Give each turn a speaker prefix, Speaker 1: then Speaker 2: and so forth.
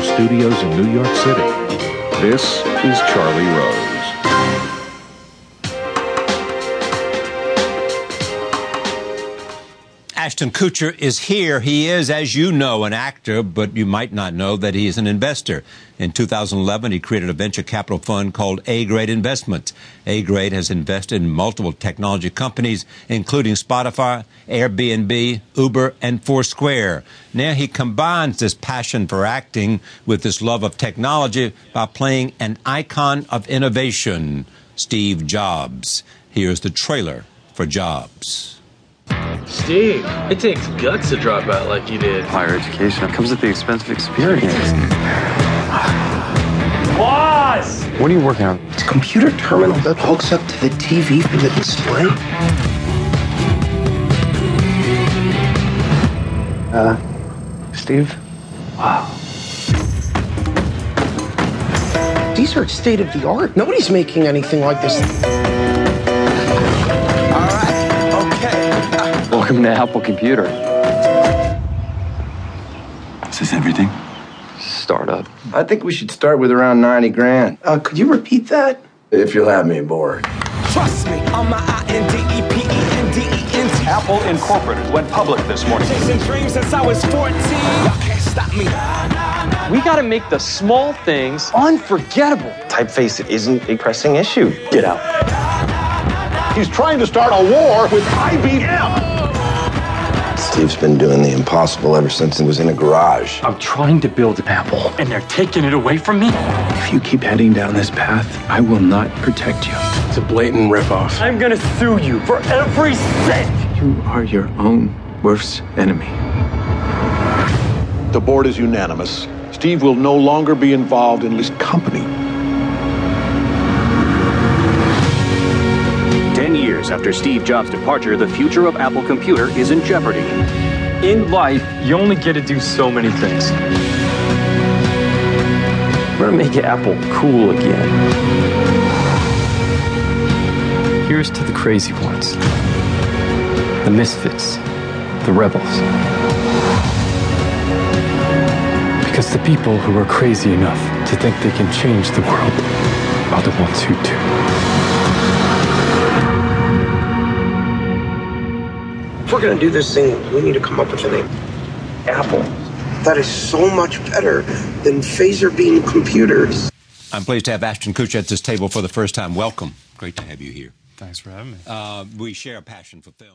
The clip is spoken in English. Speaker 1: studios in New York City. This is Charlie Rose.
Speaker 2: Ashton Kutcher is here. He is, as you know, an actor, but you might not know that he is an investor. In 2011, he created a venture capital fund called A Grade Investments. A Grade has invested in multiple technology companies, including Spotify, Airbnb, Uber, and Foursquare. Now he combines this passion for acting with this love of technology by playing an icon of innovation, Steve Jobs. Here's the trailer for Jobs.
Speaker 3: Steve, it takes guts to drop out like you did.
Speaker 4: higher education comes at the expense of experience.
Speaker 3: Boss!
Speaker 4: What are you working on?
Speaker 5: It's a computer terminal that hooks up to the TV for the display.
Speaker 6: Uh,
Speaker 4: Steve?
Speaker 5: These are state of the art. Nobody's making anything like this.
Speaker 4: Welcome to Apple Computer. Is this everything? Startup.
Speaker 6: I think we should start with around 90 grand,
Speaker 5: Uh, could you repeat that?
Speaker 6: if you'll have me aboard.
Speaker 7: Trust me, on my E I-N-D-E-P-E-N-D-E-N-T.
Speaker 8: Apple Incorporated went public this morning.
Speaker 7: E Chasing dreams since I was 14. Y'all can't stop me.
Speaker 9: We gotta make the small things unforgettable.
Speaker 10: typeface that isn't a pressing issue.
Speaker 8: Get out. He's trying to start a war with IBM.
Speaker 6: Steve's been doing the impossible ever since he was in a garage.
Speaker 8: I'm trying to build an Apple, and they're taking it away from me.
Speaker 10: If you keep heading down this path, I will not protect you.
Speaker 6: It's a blatant ripoff.
Speaker 7: I'm gonna sue you for every cent.
Speaker 10: You are your own worst enemy.
Speaker 8: The board is unanimous. Steve will no longer be involved in this company.
Speaker 11: Ten years after Steve Jobs' departure, the future of Apple Computer is in jeopardy.
Speaker 9: In life, you only get to do so many things.
Speaker 10: We're gonna make Apple cool again.
Speaker 7: Here's to the crazy ones, the misfits, the rebels. Because the people who are crazy enough to think they can change the world are the ones who do.
Speaker 5: If we're gonna do this thing, we need to come up with a name. Apple. That is so much better than phaser beam computers.
Speaker 2: I'm pleased to have Ashton Kutcher at this table for the first time. Welcome. Great to have you here.
Speaker 9: Thanks for having me.
Speaker 2: Uh, we share a passion for film.